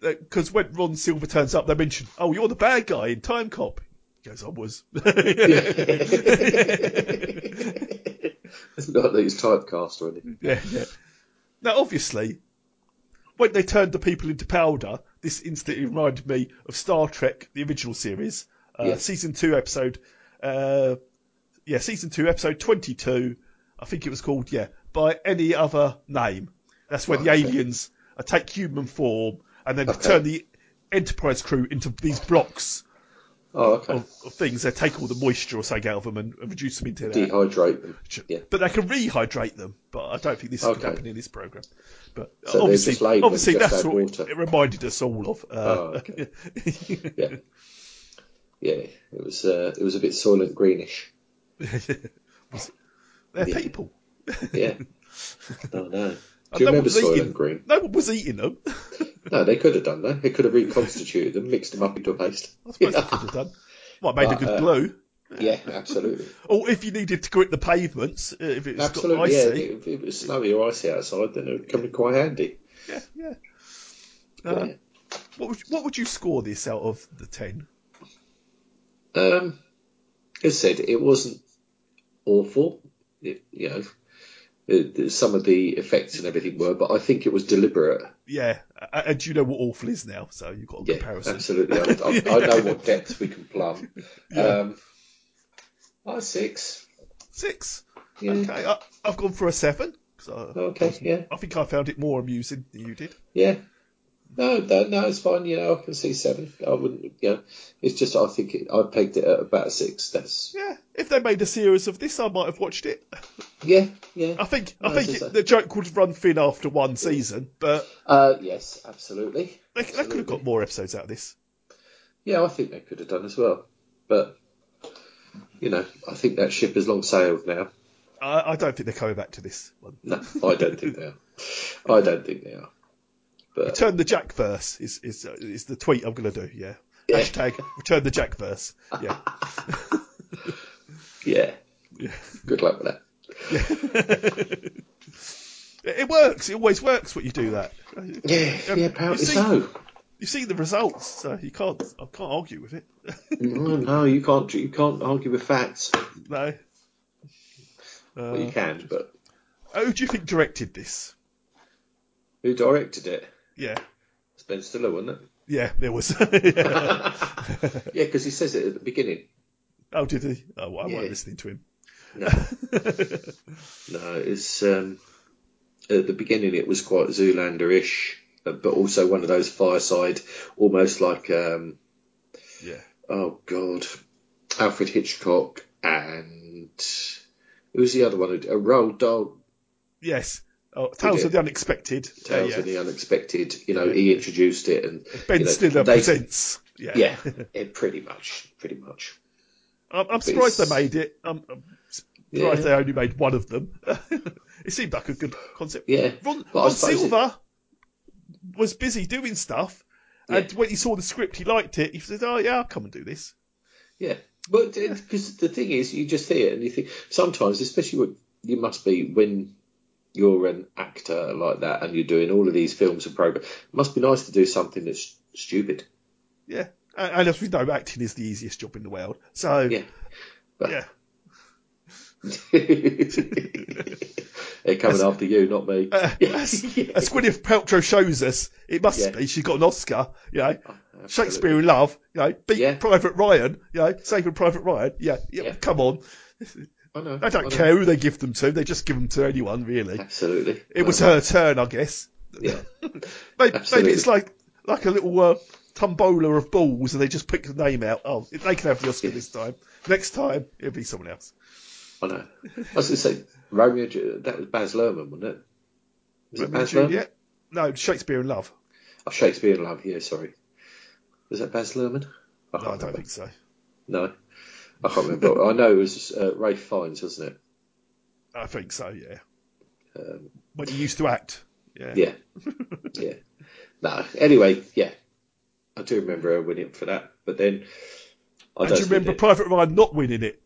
because when Ron Silver turns up, they mention, "Oh, you're the bad guy in Time Cop." He goes, "I was." (laughs) (laughs) It's (laughs) Not that he's typecast or anything. Yeah, yeah. Now, obviously, when they turned the people into powder, this instantly reminded me of Star Trek, the original series, uh, Yeah. season two, episode, uh, yeah, season two, episode twenty-two. I think it was called, yeah, by any other name. That's where the Right, okay. aliens uh, take human form and then Okay. turn the Enterprise crew into these blocks Oh, okay. of, of things. They take all the moisture or something out of them and, and reduce them into that. Dehydrate them. Yeah. But they can rehydrate them. But I don't think this Okay. could happen in this program. But So they're obviously, just labelled obviously just that's add what water. it reminded us all of. Uh, Oh, Yeah. Yeah. It was uh, it was a bit soylent greenish. (laughs) They're Yeah. people. Yeah. (laughs) oh no. And Do you no one remember was eating- soylent green? No one was eating them. I No, they could have done that. They could have reconstituted them, mixed them up into a (laughs) paste. suppose they could have done. Might have made a But, good uh, glue. (laughs) Yeah, absolutely. Or if you needed to grit the pavements, uh, if it's got Absolutely, yeah. icy. If it was snowy or icy outside, then it would come in quite handy. Yeah, yeah. Uh, What would what would you score this out of the ten? Um, as I said, it wasn't awful. It, you know, it, it- some of the effects and everything were, but I think it was deliberate. Yeah, a- and you know what awful is now, so you've got a Yeah, comparison. absolutely. I, (laughs) I, I know what depths we can plumb. Um, oh, six. Six. Yeah. Okay, I, I've gone for a seven. 'cause I, Okay, yeah, I think I found it more amusing than you did. yeah. No, no, no, it's fine. You know, I can see seven. I wouldn't. You know, it's just I think it, I pegged it at about six. That's Yeah, if they made a series of this, I might have watched it. yeah, yeah. I think No, I think it's it, just a- the joke would run thin after one season, but Uh, yes, absolutely. they, they could have got more episodes out of this. Yeah, I think they could have done as well. But, you know, I think that ship has long sailed now. I, I don't think they're coming back to this one. No, I don't think they are. I don't think they are. Return the Jack verse is is uh, is the tweet I'm gonna do. Yeah. Yeah. (laughs) Hashtag return the Jack verse. Yeah. Yeah. Yeah. Good luck with that. it it works. It always works when you do that. Yeah, Um, yeah, apparently you see- so. You see the results, so you can't. I can't argue with it. No, Mm, no, you can't. You can't argue with facts. No. Uh, Well, you can, but Who Oh, do you think directed this? who directed it? Yeah, It's Ben Stiller, wasn't it? yeah, there was. (laughs) Yeah. Yeah, because he says it at the beginning. Oh, did he? Oh, well, I Yeah. wasn't listening to him. No, (laughs) no, it's um, at the beginning. It was quite Zoolander-ish, uh, but also one of those fireside, almost like um, yeah. Oh God, Alfred Hitchcock and who's the other one? A Roald Dahl, Yes. Oh, Tales of the Unexpected. Yeah, Tales yeah. of the Unexpected. You know, he introduced it, (laughs) and Ben you know, Stiller they- presents. Yeah. Yeah, it pretty much, pretty much. I'm, I'm But surprised they it's- made it. I'm, I'm surprised Yeah. they only made one of them. (laughs) it seemed like a good concept. Yeah, Ron, but I Ron suppose it- Silver was busy doing stuff, and when he saw the script, he liked it. He said, "Oh yeah, I'll come and do this." Yeah, but because the thing is, you just hear it and you think sometimes, especially what you must be when you're an actor like that and you're doing all of these films and programs, it must be nice to do something that's stupid. (laughs) Yeah, and, and as we know, acting is the easiest job in the world. So Yeah. yeah. it They're coming That's- after you, not (laughs) me. (laughs) Uh, as, as Gwyneth Paltrow shows us, it must be she's got an Oscar. You know, Oh, Shakespeare in Love. You know, beat Private Ryan. You know, Saving Private Ryan. Yeah, yeah, come on. I know. They don't I know. care who they give them to. They just give them to anyone, really. Absolutely. It was No. her turn, I guess. Yeah. Maybe, maybe Absolutely. it's like like a little uh, tombola of balls, and they just pick the name out. Oh, they can have the Oscar this time. Next time, it'll be someone else. I know. I was going to say Romeo. and Ju- That was Baz Luhrmann, wasn't it? Was Romeo it and Baz Luhrmann? Juliet? No, Shakespeare in Love. Oh, Shakespeare in Love. Yeah, sorry. Was that Baz Luhrmann? I No, I don't think so. No, I can't remember. I know it was uh, Rafe Fiennes, wasn't I think so. Yeah. it? Um, When he used to act. Yeah. yeah, yeah. No. Anyway, yeah, I do remember her winning for that. But then, I and don't you remember think it- Private Ryan not winning it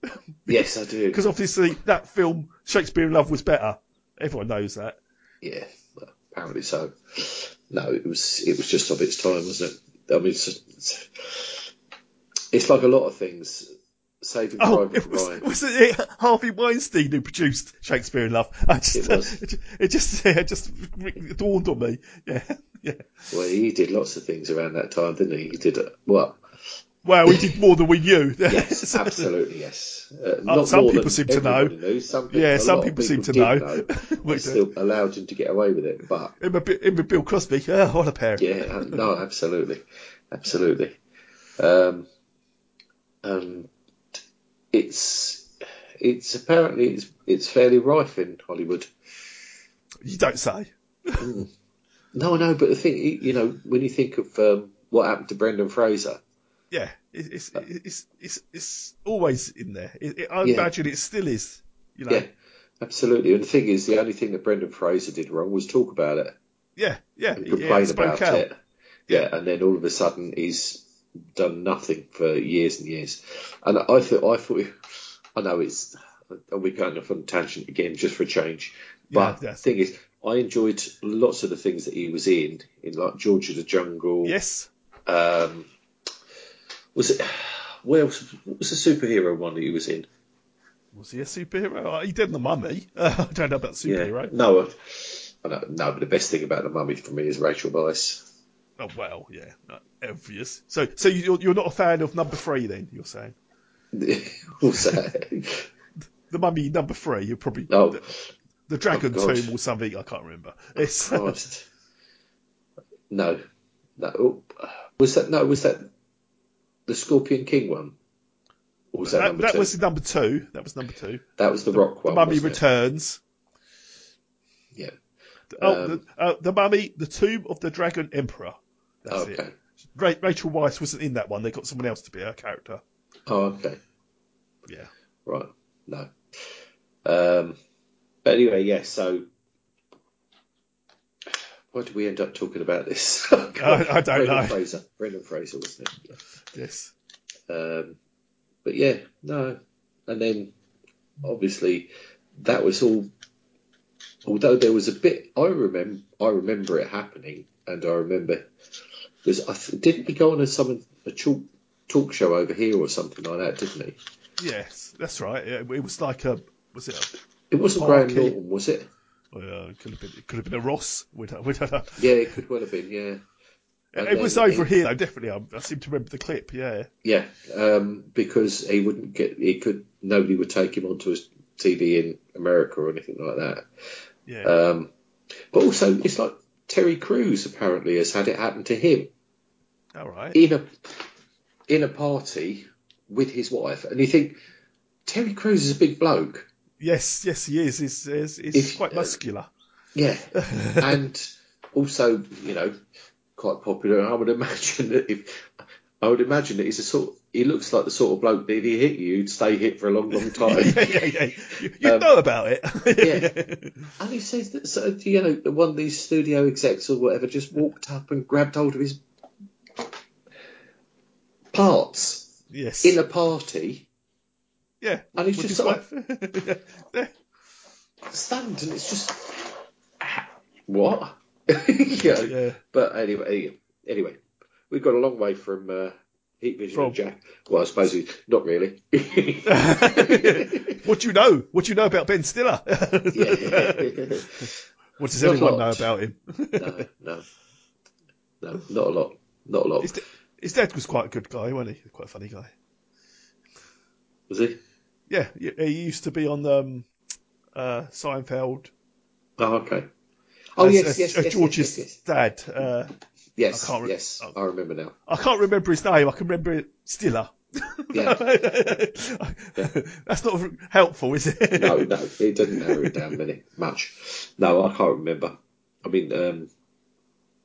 Yes, I do. because obviously that film Shakespeare in Love was better. Everyone knows that. Yeah, well, apparently so. No, it was it was just of its time, wasn't it? I mean, it's, it's, it's like a lot of things. Saving Oh, Private it was, Ryan. was it Harvey Weinstein who produced Shakespeare in Love? (laughs) I just, It was. it, just, (laughs) yeah, it just dawned on me. Yeah, (laughs) yeah. Well, he did lots of things around that time, didn't he? He did uh, what? Wow, he did more than we knew. (laughs) Yes, absolutely, yes. Uh, Oh, not some more people than seem to know. everybody Knew. Some people, Yeah, a some lot of people seem to did know. (laughs) uh, They still allowed him to get away with it, but Him with Bi- him with Bill Crosby. Oh, what a pair. yeah, uh, no, absolutely, absolutely. Um, and it's it's apparently it's it's fairly rife in Hollywood. You don't say. Mm. no, no, but the thing you know when you think of um, what happened to Brendan Fraser, Yeah, it, it's, it's it's it's always in there. It, it, I Uh. Yeah. imagine it still is. You know. yeah, absolutely. And the thing is, the only thing that Brendan Fraser did wrong was talk about it. Yeah, yeah, and yeah, complain spoke about out. it. Yeah, and then all of a sudden he's done nothing for years and years. And I thought, I thought, I know it's we're going off on a tangent again just for a change. But Yeah, the thing is, I enjoyed lots of the things that he was in, in like George of the Jungle. Yes. Um, was it? What else? What was the superhero one that he was in? Was he a superhero? Oh, He did the mummy. Uh, (laughs) I don't know about superhero. No, I, I know, no. But the best thing about the mummy for me is Rachel Weisz. (laughs) Oh well, yeah, no, obvious. So, so you're you're not a fan of number three then? You're saying What's (laughs) that? the mummy number three? You're probably Oh. the, the dragon Oh, God. Oh, tomb or something. I can't remember. It's (laughs) Christ. No, no. Oh, Was that no? Was that the Scorpion King one? Or was that, that, number that two? was number two. That was number two. that was the, Rock The one. mummy wasn't it? returns. Yeah. Oh, Um, the, uh, the mummy, the tomb of the dragon emperor. That's okay. it. Ra- Rachel Weisz wasn't in that one. They got someone else to be her character. Oh, okay. Yeah. Right. No. Um. But anyway, yeah. So, why did we end up talking about this? (laughs) I, I don't Brendan know. Fraser. Brendan Fraser, wasn't it? Yes. Um, but yeah, no. And then obviously that was all. Although there was a bit, I remember, I remember it happening, and I remember because I th- didn't we go on a some a talk, talk show over here or something like that, didn't we? Yes, that's right. It, it was like a was it? A, It wasn't Parky. Graham Norton, was it? well, it could have been. It could have been a Ross. We don't, we don't know. Yeah, it could well have been. Yeah, And It was then- over here though. Definitely, I, I seem to remember the clip. Yeah. yeah, um, because he wouldn't get, he could, nobody would take him onto his TV in America or anything like that. Yeah. Um, but also, it's like Terry Crews apparently has had it happen to him All right. in a in a party with his wife, and you think Terry Crews is a big bloke, Yes. Yes, he is. He's, he's, he's If- uh, quite muscular. (laughs) yeah, (laughs) and also you know quite popular. I would imagine that if I would imagine that he's a sort, he looks like the sort of bloke that if he hit you, you'd stay hit for a long, long time. (laughs) yeah, yeah, yeah. You, you Um, know about it. yeah. And he says that, so, you know, one of these studio execs or whatever just walked up and grabbed hold of his parts (laughs) yes. in a party, yeah. and he's with just his like wife. (laughs) yeah. stunned, and it's just (laughs) what? (laughs) you know, Yeah. But anyway, anyway, we've got a long way from uh, Heat vision of Jack. Well, I suppose he, not really. (laughs) what do you know? What do you know about Ben Stiller? Yeah. (laughs) (laughs) What does Not a everyone lot. know about him? no, no, no, not a lot, not a lot. His, da- his dad was quite a good guy, wasn't he? Quite a funny guy. Was he? Yeah, y- he used to be on um, uh, Seinfeld. Oh, okay. Oh, as- yes, as- yes, as yes, George's yes, dad. Uh, Yes, I can't re- oh. yes, I remember now. I can't remember his name. I can remember it (laughs) Stiller. (laughs) Yeah. That's not v- helpful, is it? No, no, it doesn't narrow it down many much. No, I can't remember. I mean, um,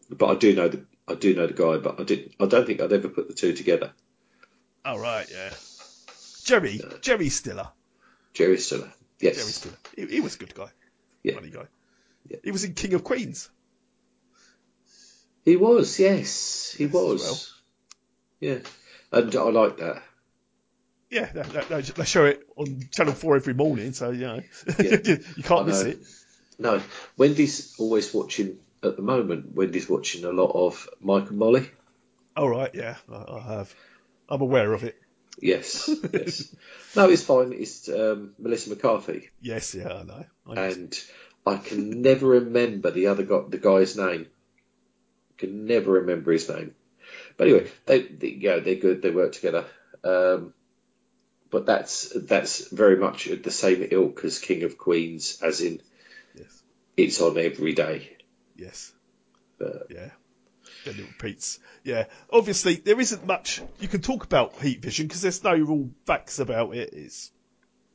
but I do know the I do know the guy, but I did I don't think I'd ever put the two together. (laughs) All right, yeah. Jerry, Jerry Stiller. Jerry Stiller, Uh, yes, Jerry Stiller. He, he was a good guy. Yeah. Funny guy. He was in King of Queens. he was, yes, he was, yeah, and I like that. Yeah, they, they, they show it on Channel 4 every morning, so, you know, (laughs) you I can't miss know. it. No, Wendy's always watching at the moment. Wendy's watching a lot of Mike and Molly. All right, yeah, I, I have. I'm aware of it. Yes, (laughs) yes. no, it's fine. It's um, Melissa McCarthy, Yes, yeah, I know. and I can never remember the other guy, the guy's name. Can never remember his name. But anyway, they, they yeah, they're good. They work together. Um, but that's that's very much the same ilk as King of Queens, as in it's on every day. Yes. But, yeah. Then it repeats. Yeah. Obviously, there isn't much you can talk about heat vision because there's no real facts about it. It's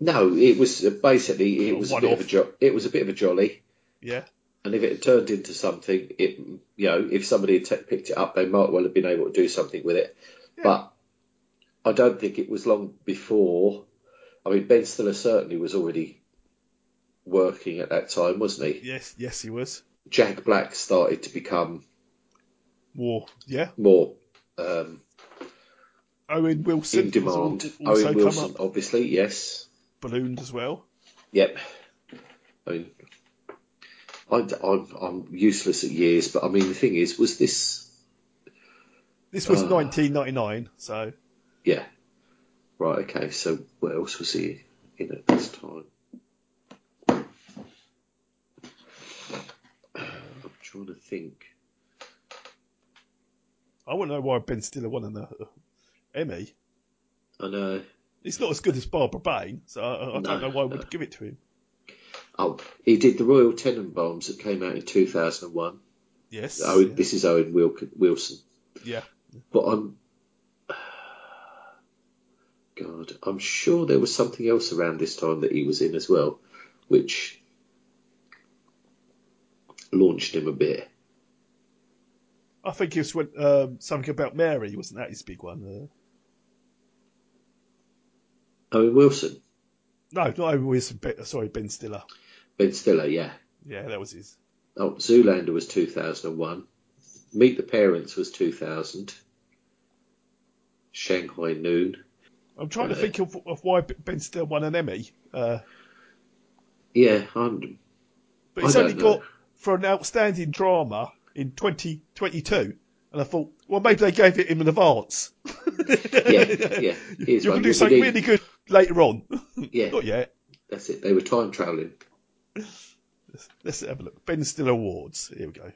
No, it was uh, basically it was a bit of a jo- it was a bit of a jolly, yeah, and if it had turned into something, it you know if somebody had t- picked it up, they might well have been able to do something with it. But I don't think it was long before. I mean, Ben Stiller certainly was already working at that time, wasn't he? yes, yes, he was Jack Black started to become more. Yeah, more um, Owen Wilson in was demand. al- also Owen come Wilson, up. obviously, yes. ballooned as well. Yep. I mean, I, am I'm useless at years, but I mean, the thing is, was this. This was Ah. 1999, so Yeah. Right, okay, so what else was he in at this time? I'm trying to think. I wouldn't know why Ben Stiller won an uh, Emmy. I know. He's not as good as Barbara Bain, so I, I No, don't know why I would give it to him. Oh, he did the Royal Tenenbaums that came out in 2001. Yes. Oh, this is Owen Wilk- Wilson. Yeah. But I'm. God, I'm sure there was something else around this time that he was in as well, which launched him a bit. I think it's when um, something about Mary wasn't that his big one? Uh, Owen Wilson, no, not Owen Wilson. Ben, sorry, Ben Stiller. Ben Stiller, yeah. Yeah, that was his. Oh, Zoolander was 2001. Meet the Parents was 2000. Shanghai Noon. I'm trying to Uh, think of, of why Ben Stiller won an Emmy. Uh, Yeah, I'm, but he's I don't only know. got for an outstanding drama in 2022. And I thought, well, maybe they gave it him in (laughs) advance. (laughs) yeah, yeah. Here's You one. can do something need- really good later on. Yeah, (laughs) Not yet. that's it. They were time travelling. Let's have a look. Ben Stiller Awards. Here we go.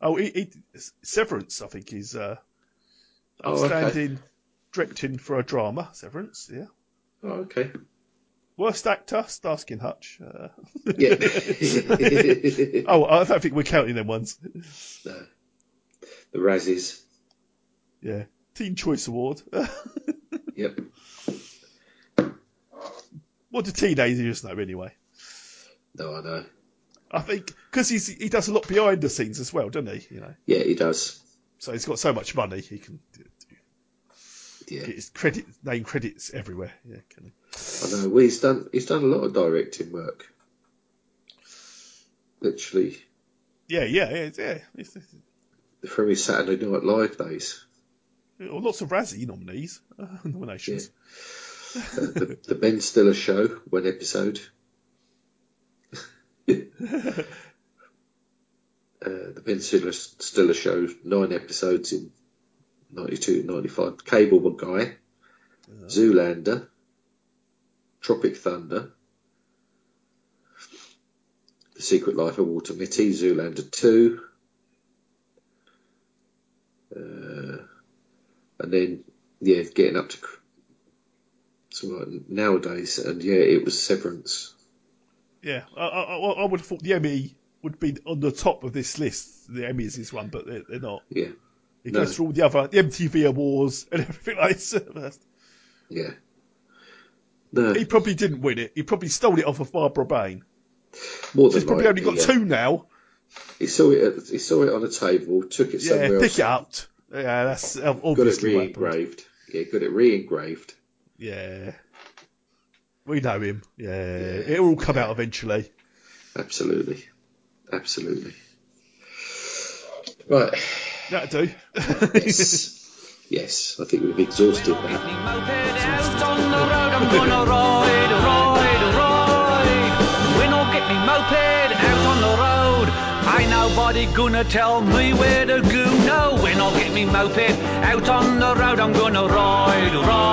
Oh, he, he, Severance, I think, is uh, Oh, okay. outstanding directing for a drama. Severance, yeah. Oh, okay. Worst actor, Starskin Hutch. Uh, (laughs) Yeah. (laughs) oh, I don't think we're counting them ones. No. The Razzies. Yeah. Teen Choice Award. (laughs) Yep. what do teenagers know anyway? No, I know. I think because he does a lot behind the scenes as well, doesn't he? You know, Yeah, he does. so he's got so much money he can do, do- Yeah. get his credit name credits everywhere. Yeah, can he? I know. Well, he's done. He's done a lot of directing work. Literally yeah, yeah, yeah. yeah. It's- it's- from his Saturday Night Live days. well, oh, lots of Razzie nominees, (laughs) uh, nominations. Uh, the, the Ben Stiller Show, one episode. Uh, the Ben Stiller, Stiller Show, nine episodes in 92 95. Cable Guy, Zoolander, Tropic Thunder, The Secret Life of Walter Mitty, Zoolander 2, uh, and then, yeah, getting up to cr- so like nowadays, and yeah, it was Severance. Yeah, I, I, I I would have thought the Emmy would be on the top of this list. The Emmys is one, but they're, they're not. Yeah. It No. goes through all the other, the MTV Awards and (laughs) everything like that. Yeah. He probably didn't win it. He probably stole it off of Barbara Bain. More She's than probably likely, only got yeah. two now. He saw it. At, he saw it on a table. Took it Yeah, somewhere pick else. it up. Yeah, that's um, got it obviously what happened. re-engraved. Yeah, got it re-engraved. Yeah. We know him. Yeah. It'll all come out eventually. Absolutely, absolutely. Right. (laughs) That'll do. yes. Yes, I think we've exhausted that. Out on the road, I'm gonna ride, ride, ride. When all get me moped out on the road, ain't nobody gonna tell me where to go. No, when all get me moped out on the road, I'm gonna ride, ride.